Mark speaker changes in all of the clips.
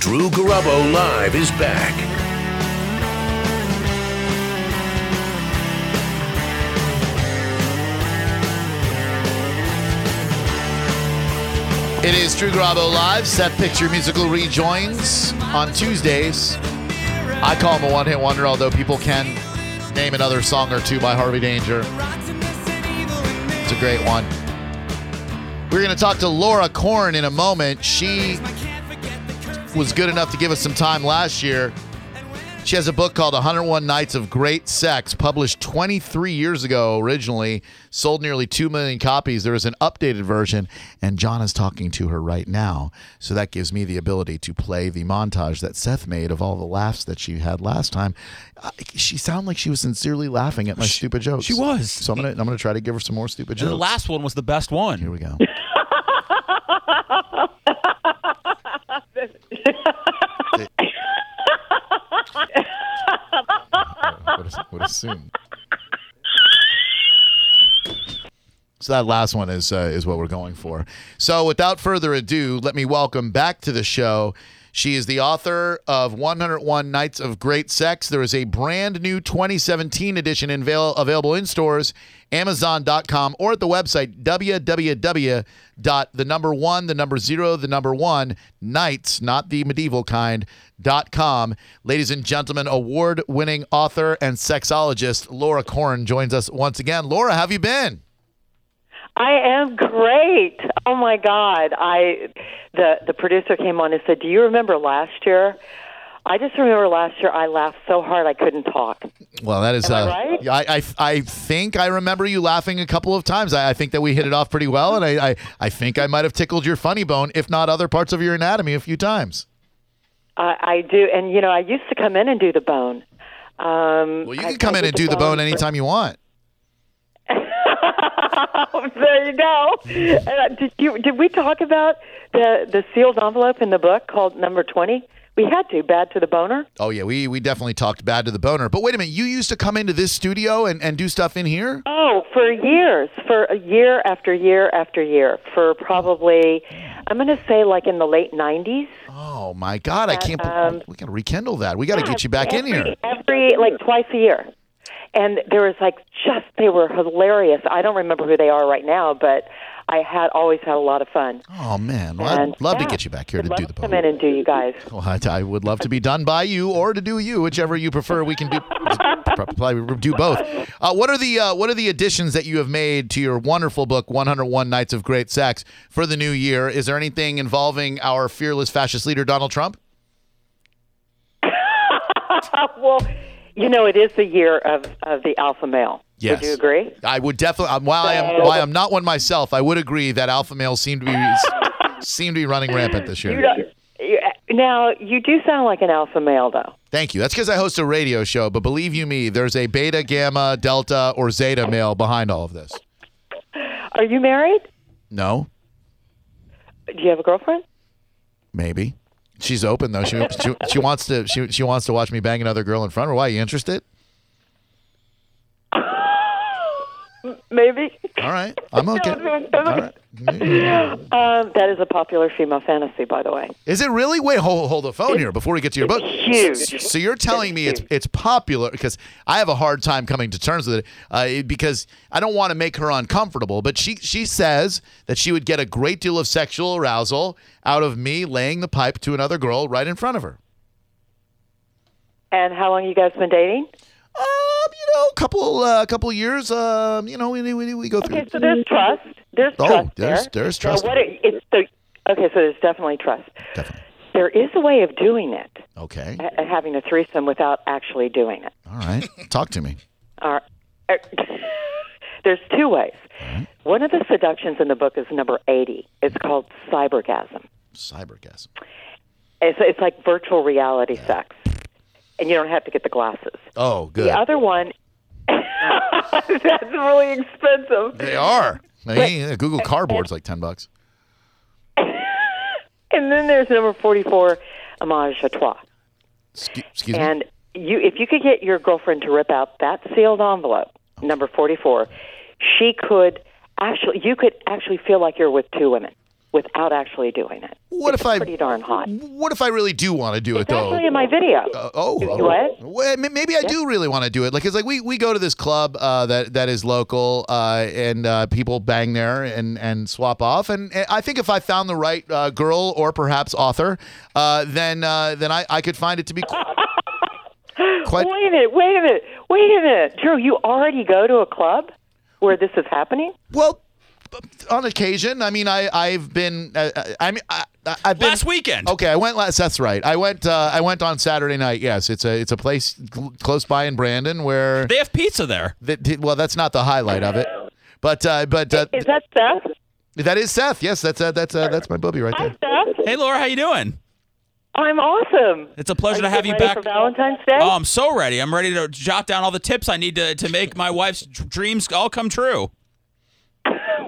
Speaker 1: Brew Garabo Live is back.
Speaker 2: It is True Garabo Live. Seth Picture Musical rejoins on Tuesdays. I call him a one hit wonder, although people can name another song or two by Harvey Danger. It's a great one. We're going to talk to Laura Korn in a moment. She was good enough to give us some time last year. She has a book called 101 Nights of Great Sex, published 23 years ago originally, sold nearly 2 million copies. There is an updated version, and John is talking to her right now. So that gives me the ability to play the montage that Seth made of all the laughs that she had last time. Uh, She sounded like she was sincerely laughing at my stupid jokes.
Speaker 3: she was.
Speaker 2: So I'm going to I'm going to try to give her some more stupid jokes.
Speaker 3: The last one was the best
Speaker 2: Here
Speaker 3: one.
Speaker 2: we go. would, would assume. So that last one is uh, is what we're going for. So without further ado, let me welcome back to the show. She is the author of 101 Nights of Great Sex. There is a brand new 2017 edition avail- available in stores, Amazon.com, or at the website www.the number one, the number zero, the number one nights, not the medieval kind. Dot com. Ladies and gentlemen, award winning author and sexologist Laura Korn joins us once again. Laura, how have you been?
Speaker 4: I am great. Oh my God! I the the producer came on and said, "Do you remember last year?" I just remember last year I laughed so hard I couldn't talk.
Speaker 2: Well, that is.
Speaker 4: Am
Speaker 2: uh,
Speaker 4: I right?
Speaker 2: I, I I think I remember you laughing a couple of times. I, I think that we hit it off pretty well, and I, I I think I might have tickled your funny bone, if not other parts of your anatomy, a few times.
Speaker 4: I, I do, and you know I used to come in and do the bone. Um,
Speaker 2: Well, you
Speaker 4: I-
Speaker 2: can come
Speaker 4: I
Speaker 2: in
Speaker 4: did
Speaker 2: and do the bone
Speaker 4: for-
Speaker 2: anytime you want.
Speaker 4: there you go. Uh, did you did we talk about the the sealed envelope in the book called number twenty? We had to bad to the boner.
Speaker 2: Oh yeah, we we definitely talked bad to the boner. But wait a minute, you used to come into this studio and and do stuff in here.
Speaker 4: Oh, for years, for a year after year after year, for probably, I'm going to say like in the late 90s.
Speaker 2: Oh my God, I can't.
Speaker 4: um,
Speaker 2: believe we gotta rekindle that. We gotta get you back in here.
Speaker 4: Every, like twice a year. And there was like just, they were hilarious. I don't remember who they are right now, but I had always had a lot of fun.
Speaker 2: Oh man, well,
Speaker 4: And,
Speaker 2: I'd love to
Speaker 4: yeah,
Speaker 2: get you back here to
Speaker 4: would
Speaker 2: do the
Speaker 4: love Come in
Speaker 2: bone.
Speaker 4: and do you guys.
Speaker 2: Well, I, I would love to be done by you or to do you, whichever you prefer. We can do probably do both. Uh, what are the uh, what are the additions that you have made to your wonderful book 101 Nights of Great Sex for the new year? Is there anything involving our fearless fascist leader Donald Trump?
Speaker 4: Oh, well, you know, it is the year of, of the alpha male.
Speaker 2: Yes.
Speaker 4: Would you agree?
Speaker 2: I would definitely. Um, while I am while I'm not one myself, I would agree that alpha males seem to be seem to be running rampant this year.
Speaker 4: You don't, you, now, you do sound like an alpha male, though.
Speaker 2: Thank you. That's because I host a radio show, but believe you me, there's a beta, gamma, delta, or zeta male behind all of this.
Speaker 4: Are you married?
Speaker 2: No,
Speaker 4: Do you have a girlfriend?
Speaker 2: Maybe. She's open though. She, she she wants to she she wants to watch me bang another girl in front of her. Why? You interested?
Speaker 4: Maybe.
Speaker 2: All right. I'm okay. All right. Mm-hmm.
Speaker 4: Um, that is a popular female fantasy, by the way.
Speaker 2: Is it really? Wait, hold hold the phone here before we get to your book.
Speaker 4: Huge.
Speaker 2: So you're telling me it's it's popular because I have a hard time coming to terms with it uh, it- because I don't want to make her uncomfortable. But she she says that she would get a great deal of sexual arousal out of me laying the pipe to another girl right in front of her.
Speaker 4: And how long you guys been dating?
Speaker 2: Um, you know, couple uh, couple years. Um, you know, we we, we go through.
Speaker 4: Okay, so there's trust. There's
Speaker 2: Oh,
Speaker 4: trust
Speaker 2: there's-
Speaker 4: there.
Speaker 2: there's
Speaker 4: Now,
Speaker 2: trust.
Speaker 4: what it, it's the, okay, so there's definitely trust.
Speaker 2: Definitely.
Speaker 4: There is a way of doing it,
Speaker 2: Okay.
Speaker 4: ha- uh, having a threesome without actually doing it.
Speaker 2: All right. Talk to me.
Speaker 4: All right. Uh, There's two ways.
Speaker 2: Mm-hmm.
Speaker 4: One of the seductions in the book is number 80. It's called cybergasm.
Speaker 2: Cybergasm.
Speaker 4: It's, it's like virtual reality sex, and you don't have to get the glasses.
Speaker 2: Oh, good.
Speaker 4: The other one, that's really expensive.
Speaker 2: they are. Hey, yeah, Google Cardboard's like 10 bucks.
Speaker 4: And then there's number 44, homage à toi.
Speaker 2: Mm-hmm. Excuse, excuse me.
Speaker 4: And you, if you could get your girlfriend to rip out that sealed envelope, number 44, she could actually, you could actually feel like you're with two women. without actually doing it.
Speaker 2: What
Speaker 4: It's
Speaker 2: if I
Speaker 4: pretty darn hot.
Speaker 2: What if I really do want to do it though?
Speaker 4: Especially in my video.
Speaker 2: Uh, oh,
Speaker 4: You-
Speaker 2: oh.
Speaker 4: you what?
Speaker 2: Well, ma- maybe I do really want to do it. Like, it's like we, we go to this club uh, that that is local, uh, and uh, people bang there and, and swap off. And, and I think if I found the right uh, girl or perhaps author, uh, then uh, then I, I could find it to be qu- quite.
Speaker 4: Wait a minute, wait a minute, wait a minute. Drew, you already go to a club where this is happening?
Speaker 2: Well, on occasion. I mean, I I've been. Uh, uh, I mean, I, I- I've been
Speaker 3: Last weekend.
Speaker 2: Okay, I went last. That's right. I went. Uh, I went on Saturday night. Yes, it's a it's a place cl- close by in Brandon where.
Speaker 3: They have pizza there.
Speaker 2: That, did- well, that's not the highlight of it. But uh, but uh,
Speaker 4: Is that Seth?
Speaker 2: that is Seth. Yes, that's uh, that's uh, that's my booby right there.
Speaker 4: Seth?
Speaker 3: Hey, Laura, how you doing?
Speaker 4: I'm awesome.
Speaker 3: It's a pleasure
Speaker 4: Are
Speaker 3: to have you
Speaker 4: getting
Speaker 3: back.
Speaker 4: ready for Valentine's Day.
Speaker 3: Oh,
Speaker 2: Um,
Speaker 3: I'm so ready. I'm ready to jot down all the tips I need to, to make my wife's d- dreams all come true.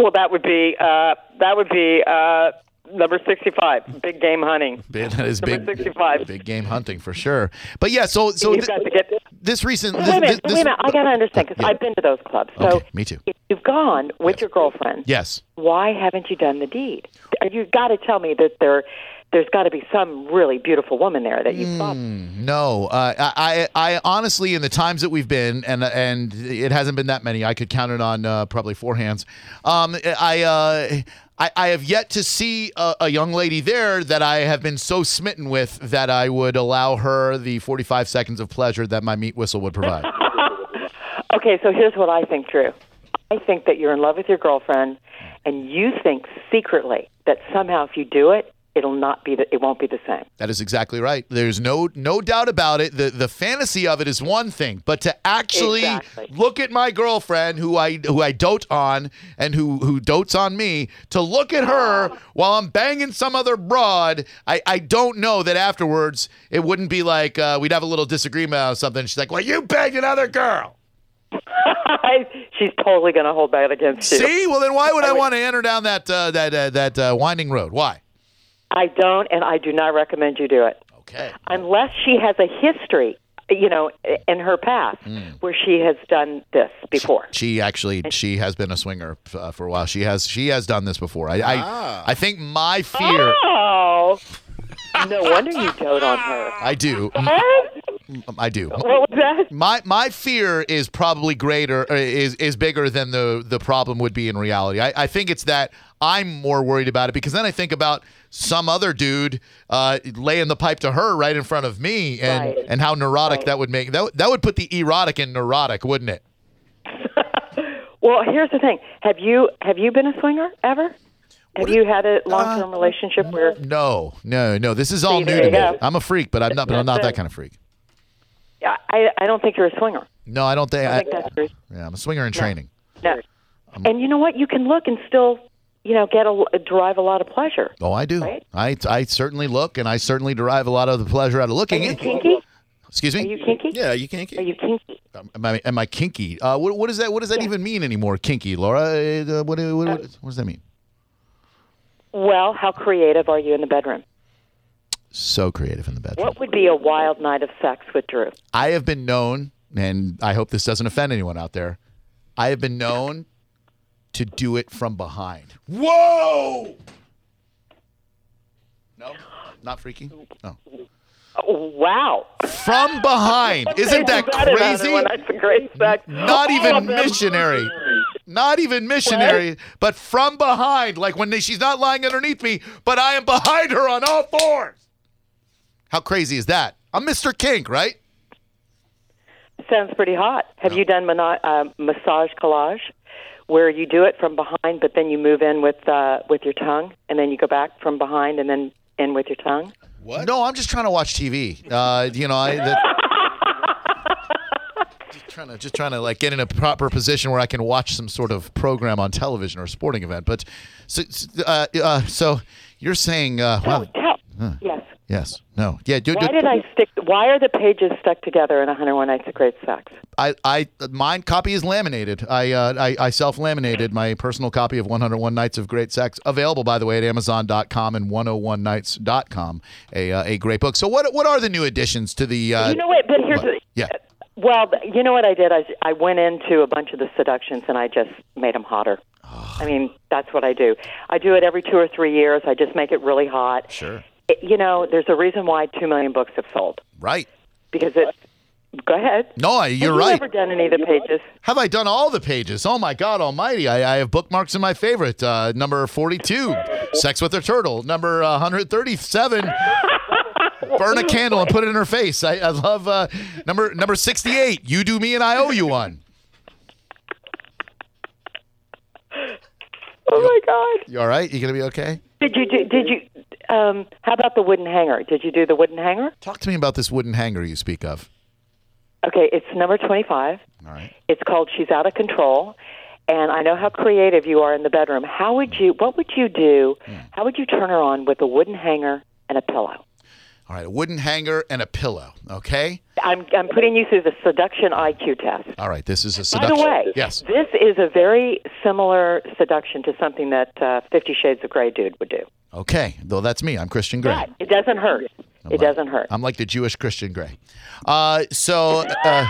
Speaker 4: well, that would be uh, that would be uh, number sixty-five. Big game hunting.
Speaker 2: Man, that is
Speaker 4: Number
Speaker 2: big
Speaker 4: sixty-five.
Speaker 2: big game hunting for sure. But yeah, so so
Speaker 4: You've
Speaker 2: thi-
Speaker 4: got to get.
Speaker 2: this recent
Speaker 4: Wait
Speaker 2: this,
Speaker 4: a minute.
Speaker 2: this-
Speaker 4: wait a minute. I gotta understand because
Speaker 2: yeah.
Speaker 4: I've been to those clubs. So
Speaker 2: Okay, me too.
Speaker 4: If you've gone with your girlfriend,
Speaker 2: yes.
Speaker 4: why haven't you done the deed? You've got to tell me that there, there's got to be some really beautiful woman there that you saw.
Speaker 2: Hmm. No, uh, I, I I honestly, in the times that we've been, and and it hasn't been that many. I could count it on uh, probably four hands. Um, I. Uh, I, I have yet to see a, a young lady there that I have been so smitten with that I would allow her the 45 seconds of pleasure that my meat whistle would provide.
Speaker 4: Okay, so here's what I think, Drew. I think that you're in love with your girlfriend, and you think secretly that somehow if you do it, it'll not be the, it won't be the same.
Speaker 2: That is exactly right. There's no no doubt about it. The the fantasy of it is one thing, but to actually
Speaker 4: Exactly.
Speaker 2: look at my girlfriend who I who I dote on and who who dotes on me, to look at her while I'm banging some other broad, I, I don't know that afterwards it wouldn't be like uh, we'd have a little disagreement or something. She's like, "Well, you banged another girl."
Speaker 4: She's totally going to hold that against you.
Speaker 2: See? Well, then why would I want to enter down that uh, that uh, that uh, winding road? Why?
Speaker 4: I don't, and I do not recommend you do it
Speaker 2: Okay.
Speaker 4: unless she has a history, you know, in her past where she has done this before.
Speaker 2: She actually she has been a swinger uh, for a while. She has she has done this before. I I, I think my fear
Speaker 4: Oh, no wonder you dote on her.
Speaker 2: I do
Speaker 4: What?
Speaker 2: I do.
Speaker 4: What was that?
Speaker 2: My my fear is probably greater uh, is is bigger than the the problem would be in reality. I, I think it's that I'm more worried about it because then I think about some other dude uh, laying the pipe to her right in front of me and
Speaker 4: Right.
Speaker 2: and how neurotic that would make that would- that would put the erotic in neurotic, wouldn't it?
Speaker 4: Well, here's the thing. Have you have you been a swinger ever? Have you had a long term relationship where
Speaker 2: No, no, no. This is all
Speaker 4: See,
Speaker 2: new
Speaker 4: there
Speaker 2: to
Speaker 4: you
Speaker 2: me.
Speaker 4: go.
Speaker 2: I'm a freak, but I'm not. But I'm not
Speaker 4: That's
Speaker 2: that
Speaker 4: it.
Speaker 2: kind of freak.
Speaker 4: I I don't think you're a swinger.
Speaker 2: No, I don't think.
Speaker 4: I think that's true.
Speaker 2: Yeah, I'm a swinger in training.
Speaker 4: No. And you know what? You can look and still, you know, get a derive a lot of pleasure.
Speaker 2: Oh, I do.
Speaker 4: Right.
Speaker 2: I I certainly look, and I certainly derive a lot of the pleasure out of looking.
Speaker 4: Kinky?
Speaker 2: Excuse
Speaker 4: Are
Speaker 2: me.
Speaker 4: you kinky?
Speaker 5: Yeah, you can't
Speaker 4: Are
Speaker 5: get.
Speaker 4: you kinky?
Speaker 2: am, I, am I kinky? Uh, what what does that what does that even mean anymore? Kinky, Laura. Uh, what, what, what, what does that mean?
Speaker 4: Well, how creative are you in the bedroom?
Speaker 2: So creative in the bedroom.
Speaker 4: What would be a wild night of sex with Drew?
Speaker 2: I have been known, and I hope this doesn't offend anyone out there. I have been known to do it from behind.
Speaker 5: Whoa!
Speaker 2: No, not freaky. No,
Speaker 4: Oh, wow.
Speaker 2: from behind. Isn't that
Speaker 4: Bad about it
Speaker 2: crazy?
Speaker 4: when That's a great sex.
Speaker 2: Not
Speaker 4: All
Speaker 2: even
Speaker 4: of them.
Speaker 2: missionary. Not even missionary, but from behind, like when she's not lying underneath me, but I am behind her on all fours. How crazy is that? I'm Mr. Kink, right?
Speaker 4: Sounds pretty hot. Have you done mono- uh, massage collage, where you do it from behind, but then you move in with uh, with your tongue, and then you go back from behind, and then in with your tongue?
Speaker 5: What?
Speaker 2: No, I'm just trying to watch TV. Uh, you know, I. that- just trying to just trying to like get in a proper position where I can watch some sort of program on television or sporting event. But so, uh, uh, so you're saying, uh, wow,
Speaker 4: Tell. Yes.
Speaker 2: yes, no, yeah. do-
Speaker 4: Why
Speaker 2: do-
Speaker 4: did I stick? Why are the pages stuck together in 101 Nights of Great Sex?
Speaker 2: I, I mine copy is laminated. I uh, I, I self laminated
Speaker 4: Hmm.
Speaker 2: my personal copy of 101 Nights of Great Sex, available by the way at Amazon.com and 101nights.com. A uh, a great book. So what what are the new additions to the? Uh,
Speaker 4: you know what? But here's
Speaker 2: what? Yeah.
Speaker 4: Well, th- you know what I did? I, I went into a bunch of the seductions and I just made them hotter. I mean, that's what I do. I do it every two or three years. I just make it really hot.
Speaker 2: Sure.
Speaker 4: It- you know, there's a reason why two million books have sold
Speaker 2: Right.
Speaker 4: because it's. Go ahead.
Speaker 2: No, I- you're
Speaker 4: Have you
Speaker 2: right.
Speaker 4: Never done any of the pages.
Speaker 2: Have I done all the pages? Oh my God Almighty! I, I have bookmarks in my favorite. Uh, number forty-two, Sex with a Turtle. Number uh, one hundred thirty-seven, burn a candle and put it in her face. I, I love uh, number number sixty-eight. You do me and I owe you one.
Speaker 4: Oh my God!
Speaker 2: You all right? You gonna be okay?
Speaker 4: Did you do? Did you? Um, how about the wooden hanger? Did you do the wooden hanger?
Speaker 2: Talk to me about this wooden hanger you speak of.
Speaker 4: Okay, it's number twenty-five.
Speaker 2: All right.
Speaker 4: It's called She's Out of Control. And I know how creative you are in the bedroom. How would you, what would you do?
Speaker 2: Hmm.
Speaker 4: How would you turn her on with a wooden hanger and a pillow?
Speaker 2: All right. A wooden hanger and a pillow. Okay.
Speaker 4: I'm, I'm putting you through the seduction IQ test.
Speaker 2: All right. This is a
Speaker 4: By
Speaker 2: seduction.
Speaker 4: the way,
Speaker 2: Yes.
Speaker 4: this is a very similar seduction to something that uh, Fifty Shades of Grey dude would do.
Speaker 2: Okay. Though that's me. I'm Christian Grey.
Speaker 4: But it doesn't hurt. It doesn't hurt.
Speaker 2: I'm like the Jewish Christian Grey. Uh, so uh,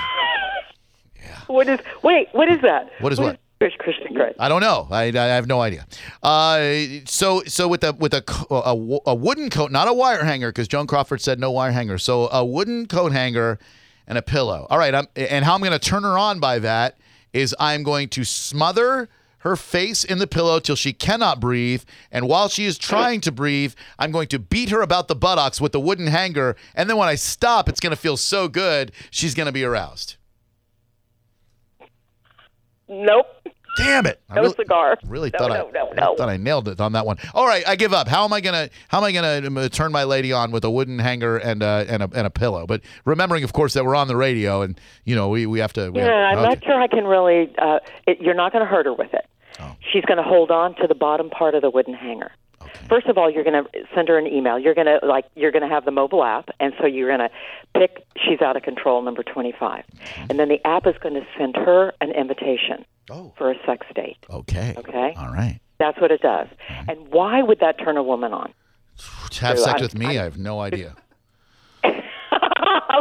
Speaker 4: What is, wait, what is that?
Speaker 2: What is what?
Speaker 4: Chris- Christian Grey.
Speaker 2: I don't know. I, I have no idea. Uh, so so with a with a co- a, wo- a wooden coat, not a wire hanger, because Joan Crawford said no wire hanger. So a wooden coat hanger and a pillow. All right. I'm, and how I'm going to turn her on by that is I'm going to smother her face in the pillow till she cannot breathe and while she is trying to breathe i'm going to beat her about the buttocks with the wooden hanger and then when i stop it's going to feel so good she's going to be aroused
Speaker 4: Nope.
Speaker 2: Damn it! I
Speaker 4: No
Speaker 2: really-
Speaker 4: cigar.
Speaker 2: Really
Speaker 4: No,
Speaker 2: thought
Speaker 4: no,
Speaker 2: I
Speaker 4: no,
Speaker 2: I
Speaker 4: no.
Speaker 2: thought I nailed it on that one. All right, I give up. How am I gonna How am I gonna um, uh, turn my lady on with a wooden hanger and a and a, and a pillow? But remembering, of course, that we're on the radio and you know we, we have to. We
Speaker 4: Yeah,
Speaker 2: have,
Speaker 4: I'm
Speaker 2: okay.
Speaker 4: not sure I can really. Uh, it, you're not going to hurt her with it.
Speaker 2: Oh.
Speaker 4: She's going to hold on to the bottom part of the wooden hanger. First of all, you're going to send her an email. You're going to like you're going to have the mobile app, and so you're going to pick. She's out of control, number twenty-five,
Speaker 2: Mm-hmm.
Speaker 4: and then the app is going to send her an invitation
Speaker 2: Oh, Uh-huh.
Speaker 4: for a sex date.
Speaker 2: okay.
Speaker 4: Okay.
Speaker 2: All right.
Speaker 4: That's what it does.
Speaker 2: Mm-hmm.
Speaker 4: And why would that turn a woman on?
Speaker 2: To have sex
Speaker 4: I-
Speaker 2: with me? I, have no idea.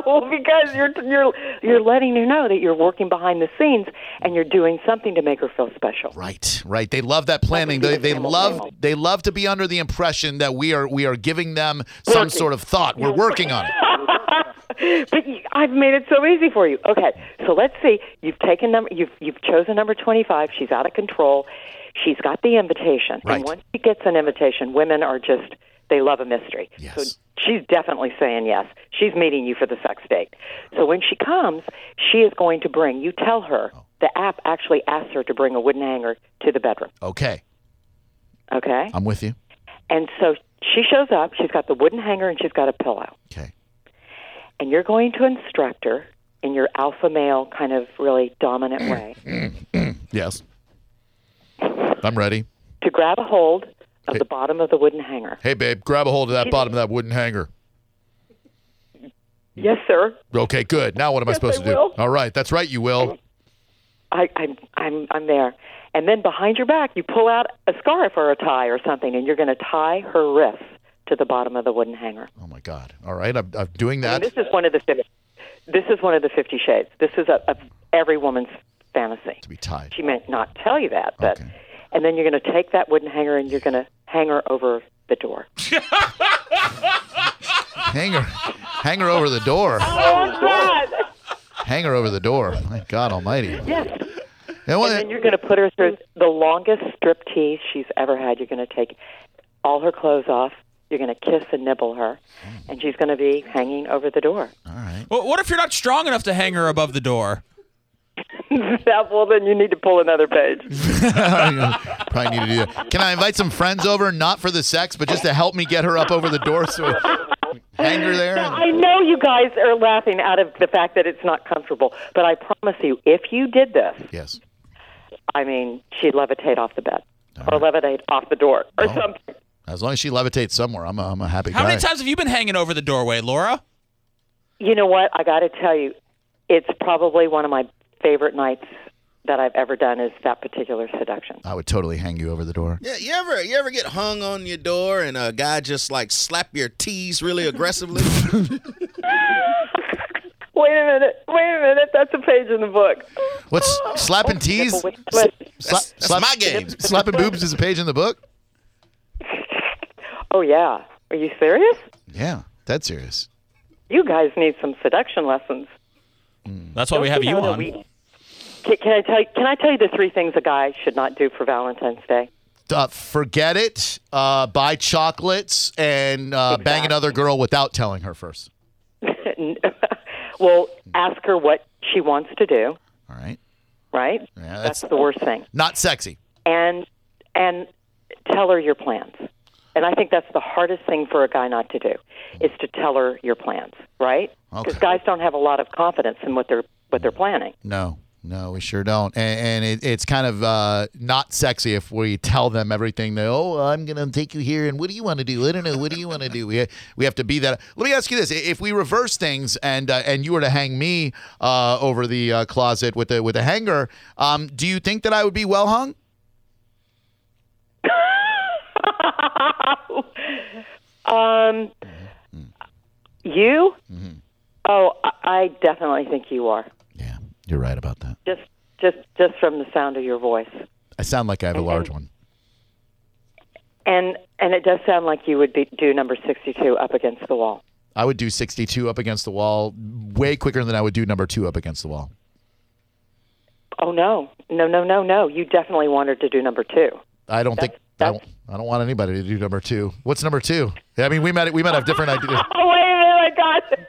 Speaker 4: well, because you're you're you're letting her know that you're working behind the scenes and you're doing something to make her feel special.
Speaker 2: Right, right. They love that planning. They, they
Speaker 4: Camel,
Speaker 2: love
Speaker 4: camel.
Speaker 2: they love to be under the impression that we are we are giving them some
Speaker 4: Working.
Speaker 2: sort of thought. We're working on it.
Speaker 4: But you- I've made it so easy for you. Okay, so let's see. You've taken number. You've you've chosen number twenty-five. She's out of control. She's got the invitation,
Speaker 2: Right.
Speaker 4: and once she gets an invitation, women are just they love a mystery.
Speaker 2: Yes.
Speaker 4: So she's definitely saying yes. She's meeting you for the sex date. So when she comes, she is going to bring. You tell her
Speaker 2: Oh.
Speaker 4: the app actually asks her to bring a wooden hanger to the bedroom.
Speaker 2: Okay,
Speaker 4: Okay,
Speaker 2: I'm with you.
Speaker 4: and so she shows up. She's got the wooden hanger and she's got a pillow.
Speaker 2: Okay.
Speaker 4: and you're going to instruct her in your alpha male kind of really dominant way
Speaker 2: Yes. I'm ready.
Speaker 4: to grab a hold of the bottom of the wooden hanger.
Speaker 2: Hey, babe, grab a hold of that bottom of that wooden hanger.
Speaker 4: Yes, sir.
Speaker 2: Okay, good. Now what am I supposed
Speaker 4: I
Speaker 2: to do?
Speaker 4: will.
Speaker 2: All right, that's right, you will.
Speaker 4: I, I'm I'm I'm there. And then behind your back, you pull out a scarf or a tie or something, and you're going to tie her wrists to the bottom of the wooden hanger.
Speaker 2: Oh my God! All right, I'm, I'm doing
Speaker 4: And
Speaker 2: that.
Speaker 4: this is one of the fif- this is one of the Fifty Shades. This is a, a every woman's fantasy.
Speaker 2: To be tied.
Speaker 4: She may not tell you that, but
Speaker 2: Okay.
Speaker 4: and then you're going to take that wooden hanger and you're going to hang her over the door.
Speaker 2: Hanger, hanger over the door. Hanger over the door. My God Almighty!
Speaker 4: Yes.
Speaker 2: And what-
Speaker 4: And then you're going to put her through the longest strip tease she's ever had. You're going to take all her clothes off. You're going to kiss and nibble her, and she's going to be hanging over the door.
Speaker 2: all right.
Speaker 3: Well, what if you're not strong enough to hang her above the door?
Speaker 4: Yeah, well, then you need to pull another page.
Speaker 2: Probably need to do that. Can I invite some friends over, not for the sex, but just to help me get her up over the door? So hang her there. And,
Speaker 4: I know you guys are laughing out of the fact that it's not comfortable, but I promise you, if you did this,
Speaker 2: yes.
Speaker 4: I mean, she'd levitate off the bed or levitate off the door or something.
Speaker 2: As long as she levitates somewhere, I'm a, I'm a happy
Speaker 3: How
Speaker 2: guy.
Speaker 3: many times have you been hanging over the doorway, Laura?
Speaker 4: You know what? I got to tell you, it's probably one of my favorite nights that I've ever done is that particular seduction.
Speaker 2: I would totally hang you over the door.
Speaker 5: Yeah, you ever you ever get hung on your door and a guy just like slap your tees really aggressively?
Speaker 4: wait a minute, wait a minute, that's a page in the book.
Speaker 2: What's slapping tees?
Speaker 4: Nipple with slip.
Speaker 2: Sla-
Speaker 5: That's
Speaker 2: slap-
Speaker 5: my game.
Speaker 2: Slapping boobs is a page in the book.
Speaker 4: Oh yeah, are you serious?
Speaker 2: Yeah, dead serious.
Speaker 4: You guys need some seduction lessons.
Speaker 3: That's why we have you
Speaker 4: Now that
Speaker 3: on.
Speaker 4: we- Can, can I tell you? Can I tell you the three things a guy should not do for Valentine's Day?
Speaker 2: Uh, forget it. Uh, buy chocolates and uh, bang
Speaker 4: Exactly.
Speaker 2: another girl without telling her first.
Speaker 4: well, ask her what she wants to do.
Speaker 2: All right.
Speaker 4: Right?
Speaker 2: Yeah, that's-
Speaker 4: that's the worst thing.
Speaker 2: Not sexy.
Speaker 4: and and tell her your plans. And I think that's the hardest thing for a guy not to do is to tell her your plans, right? Because
Speaker 2: Okay.
Speaker 4: guys don't have a lot of confidence in what they're what they're planning.
Speaker 2: No, no, we sure don't. And, and it, it's kind of uh, not sexy if we tell them everything. That, oh, I'm going to take you here, and what do you want to do? I don't know. What do you want to do? We we have to be that. Let me ask you this: I- If we reverse things, and uh, and you were to hang me uh, over the uh, closet with a with a hanger, um, do you think that I would be well hung?
Speaker 4: Um, you? Oh, I- I definitely think you are.
Speaker 2: Yeah, you're right about that.
Speaker 4: Just just just from the sound of your voice,
Speaker 2: I sound like I have a large one.
Speaker 4: and and it does sound like you would be do number sixty-two up against the wall.
Speaker 2: I would do 62 up against the wall way quicker than I would do number two up against the wall.
Speaker 4: Oh no, no, no, no, no! You definitely want her to do number two.
Speaker 2: I don't think I
Speaker 4: That's-
Speaker 2: don't. I don't want anybody to do number two. What's number two? I mean, we might we might have different ideas.
Speaker 4: Oh, wait a minute, I got it.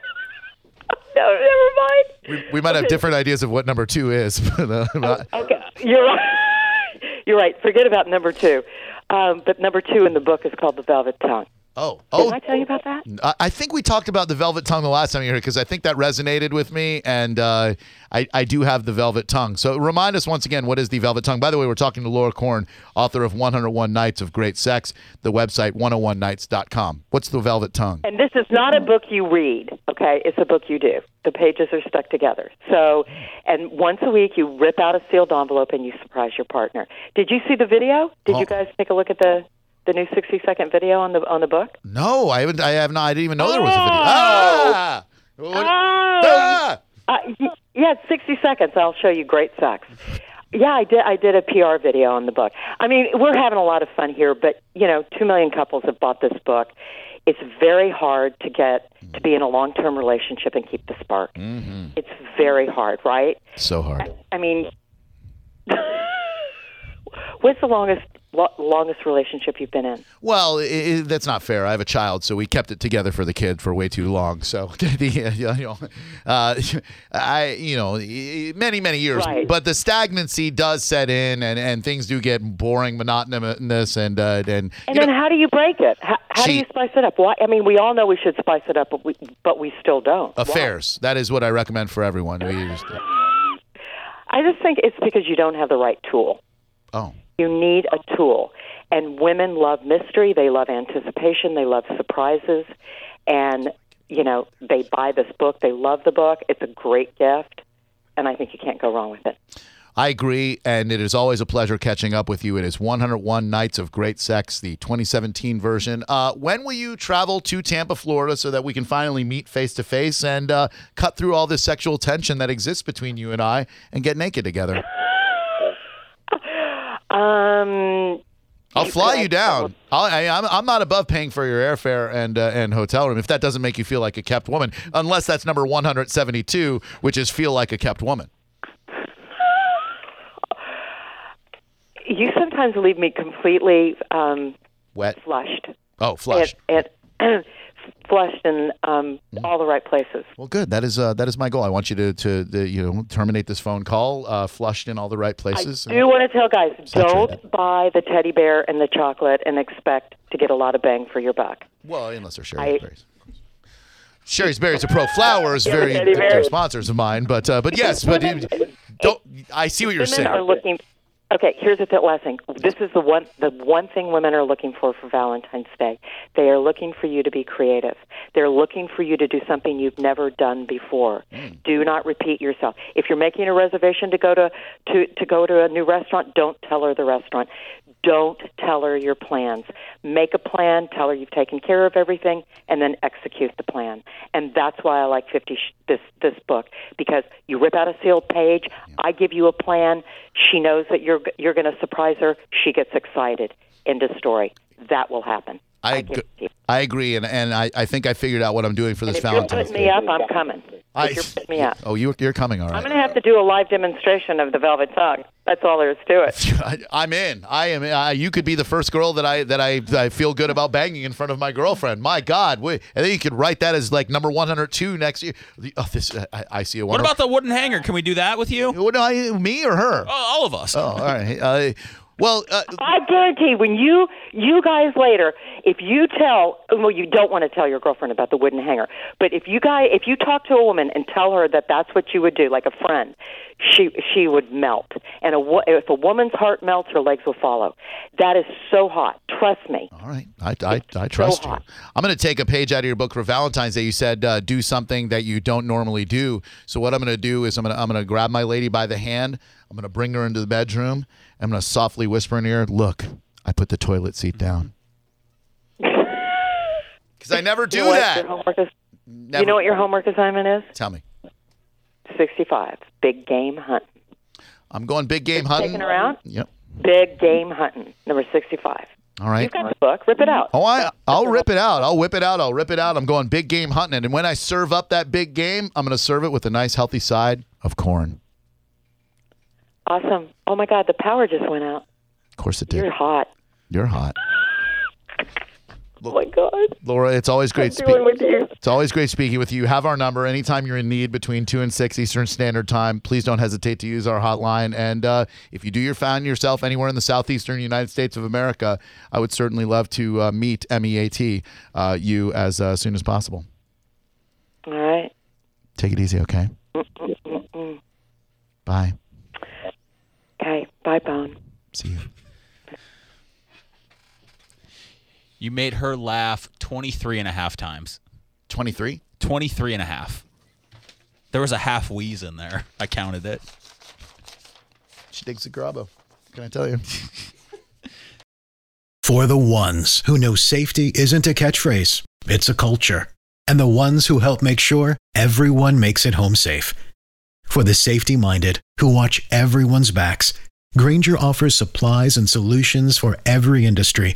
Speaker 4: no, never mind.
Speaker 2: We might have different ideas of what number two is. But, uh,
Speaker 4: Oh.
Speaker 2: but I-
Speaker 4: Okay, you're right. You're right. Forget about number two. Um, but number two in the book is called The Velvet Tongue.
Speaker 2: oh,
Speaker 4: Did
Speaker 2: oh!
Speaker 4: I tell you about that?
Speaker 2: I- I think we talked about the velvet tongue the last time you were here because I think that resonated with me, and uh, I I do have the velvet tongue. So remind us once again what is the velvet tongue? By the way, we're talking to Laura Korn, author of 101 Nights of Great Sex. The website 101nights.com. What's the velvet tongue?
Speaker 4: And this is not a book you read, okay? It's a book you do. The pages are stuck together. So, and once a week you rip out a sealed envelope and you surprise your partner. Did you see the video? Did
Speaker 2: Oh.
Speaker 4: you guys take a look at the the new 60 second video on the on the book?
Speaker 2: No, I haven't. I have not. I didn't even know there was a video. Ah! What-
Speaker 4: Oh,
Speaker 2: ah!
Speaker 4: Uh, y- yeah, it's 60 seconds. I'll show you great sex. Yeah, I did. I did a PR video on the book. I mean, we're having a lot of fun here, but you know, two million couples have bought this book. It's very hard to get to be in a long-term relationship and keep the spark.
Speaker 2: Mm-hmm.
Speaker 4: It's very hard, right?
Speaker 2: So hard.
Speaker 4: I mean, what's the longest lo- longest relationship you've been in?
Speaker 2: Well, i i that's not fair. I have a child, so we kept it together for the kid for way too long. So, the, uh, you know, uh, I, you know, i- many many years.
Speaker 4: Right.
Speaker 2: But the stagnancy does set in, and, and things do get boring, monotonous, and uh, and,
Speaker 4: And
Speaker 2: you
Speaker 4: then
Speaker 2: know,
Speaker 4: how do you break it? How, how do
Speaker 2: She-
Speaker 4: you spice it up? Why? I mean, we all know we should spice it up, but we but we still don't. Why?
Speaker 2: affairs. That is what I recommend for everyone. We just, uh,
Speaker 4: I just think it's because you don't have the right tool.
Speaker 2: oh,
Speaker 4: You need a tool. And women love mystery, they love anticipation, they love surprises. And, you know, they buy this book, they love the book. It's a great gift. And I think you can't go wrong with it.
Speaker 2: I agree, and it is always a pleasure catching up with you. It is 101 Nights of Great Sex, the 2017 version. Uh, when will you travel to Tampa, Florida, so that we can finally meet face to face and uh, cut through all this sexual tension that exists between you and I and get naked together?
Speaker 4: Um,
Speaker 2: I'll fly
Speaker 4: could.
Speaker 2: you down. I'll, I, I'm, I'm not above paying for your airfare and uh, and hotel room if that doesn't make you feel like a kept woman, unless that's number 172, which is feel like a kept woman.
Speaker 4: you sometimes leave me completely um,
Speaker 2: Wet.
Speaker 4: flushed.
Speaker 2: Oh, flushed.
Speaker 4: It, it, flushed in um, all the right places.
Speaker 2: Well, good. That is uh, that is my goal. I want you to to, the you know terminate this phone call, uh, flushed in all the right places.
Speaker 4: I do want to tell guys
Speaker 2: Saturated.
Speaker 4: don't buy the teddy bear and the chocolate and expect to get a lot of bang for your buck.
Speaker 2: well, unless they're Sherry's
Speaker 4: I-
Speaker 2: berries. Sherry's berries are pro flowers, very
Speaker 4: Teddy
Speaker 2: they're
Speaker 4: bears.
Speaker 2: sponsors of mine. But uh, but yes, but you- don't. I see what you're
Speaker 4: women are
Speaker 2: saying.
Speaker 4: looking. Okay, here's the last thing. This is the one the one thing women are looking for for Valentine's Day. They are looking for you to be creative. They're looking for you to do something you've never done before.
Speaker 2: Hmm.
Speaker 4: Do not repeat yourself. If you're making a reservation to go to, to to go to a new restaurant, don't tell her the restaurant. don't tell her your plans. Make a plan, tell her you've taken care of everything, and then execute the plan. And that's why I like 50 sh- this this book because you rip out a sealed page, I give you a plan, she knows that you're you're going to surprise her, she gets excited. End of story. That will happen.
Speaker 2: I,
Speaker 4: can
Speaker 2: ag-
Speaker 4: see it.
Speaker 2: I agree, and, and I, I think I figured out what I'm doing for this
Speaker 4: If you're
Speaker 2: Valentine's Day.
Speaker 4: putting me up, I'm coming.
Speaker 2: I-
Speaker 4: If you're putting me up.
Speaker 2: Oh, you, you're coming, all
Speaker 4: I'm
Speaker 2: right.
Speaker 4: going to have to do a live demonstration of the Velvet Tongue. That's all there is to it.
Speaker 2: I, I'm in. I am. I, you could be the first girl that I that I, I feel good about banging in front of my girlfriend. My God, wait, and then you could write that as like number 102 next year. The- Oh, this I, I see a
Speaker 3: What
Speaker 2: one.
Speaker 3: about the wooden hanger? Can we do that with you?
Speaker 2: What, I, me or her?
Speaker 3: Oh, all of us.
Speaker 2: Oh, all right. Uh, well, uh,
Speaker 4: I guarantee when you you guys later, if you tell well, you don't want to tell your girlfriend about the wooden hanger, but if you guy if you talk to a woman and tell her that that's what you would do, like a friend, she she would melt. And a, wo- if a woman's heart melts, her legs will follow. That is so hot. Trust me.
Speaker 2: all right. I, I, I trust you.
Speaker 4: hot.
Speaker 2: I'm going to take a page out of your book for Valentine's Day. You said uh, do something that you don't normally do. So what I'm going to do is I'm going to I'm going to grab my lady by the hand. I'm going to bring her into the bedroom. I'm going to softly whisper in her ear, "Look, I put the toilet seat down." Because I never do
Speaker 4: you know what
Speaker 2: that.
Speaker 4: your homework is-
Speaker 2: Never.
Speaker 4: You know what your homework assignment is?
Speaker 2: Tell me.
Speaker 4: Sixty-five. Big game hunting.
Speaker 2: I'm going big game hunting.
Speaker 4: Taking her out.
Speaker 2: Yep.
Speaker 4: Big game hunting. Number sixty-five.
Speaker 2: All right.
Speaker 4: You've got the book. Rip it out.
Speaker 2: Oh, I, I'll rip it out. I'll whip it out. I'll rip it out. I'm going big game hunting. And when I serve up that big game, I'm going to serve it with a nice, healthy side of corn.
Speaker 4: Awesome. Oh my God, the power just went out.
Speaker 2: Of course it
Speaker 4: You're
Speaker 2: did.
Speaker 4: hot.
Speaker 2: You're hot.
Speaker 4: Oh my God.
Speaker 2: Laura, it's always great
Speaker 4: Doing
Speaker 2: speaking.
Speaker 4: with you.
Speaker 2: It's always great speaking with you. Have our number anytime you're in need between 2 and 6 Eastern Standard Time. Please don't hesitate to use our hotline. And uh, if you do your find yourself anywhere in the southeastern United States of America, I would certainly love to uh, meet M-E-A-T uh, you as uh, soon as possible.
Speaker 4: All right.
Speaker 2: Take it easy, okay? Bye.
Speaker 4: Okay. Bye, Bone.
Speaker 2: See you.
Speaker 3: You made her laugh 23 and a half times.
Speaker 2: 23?
Speaker 3: 23 and a half. There was a half wheeze in there. I counted it.
Speaker 2: She digs the grabo. Can I tell you?
Speaker 6: For the ones who know safety isn't a catchphrase, it's a culture. And the ones who help make sure everyone makes it home safe. For the safety minded who watch everyone's backs, Granger offers supplies and solutions for every industry,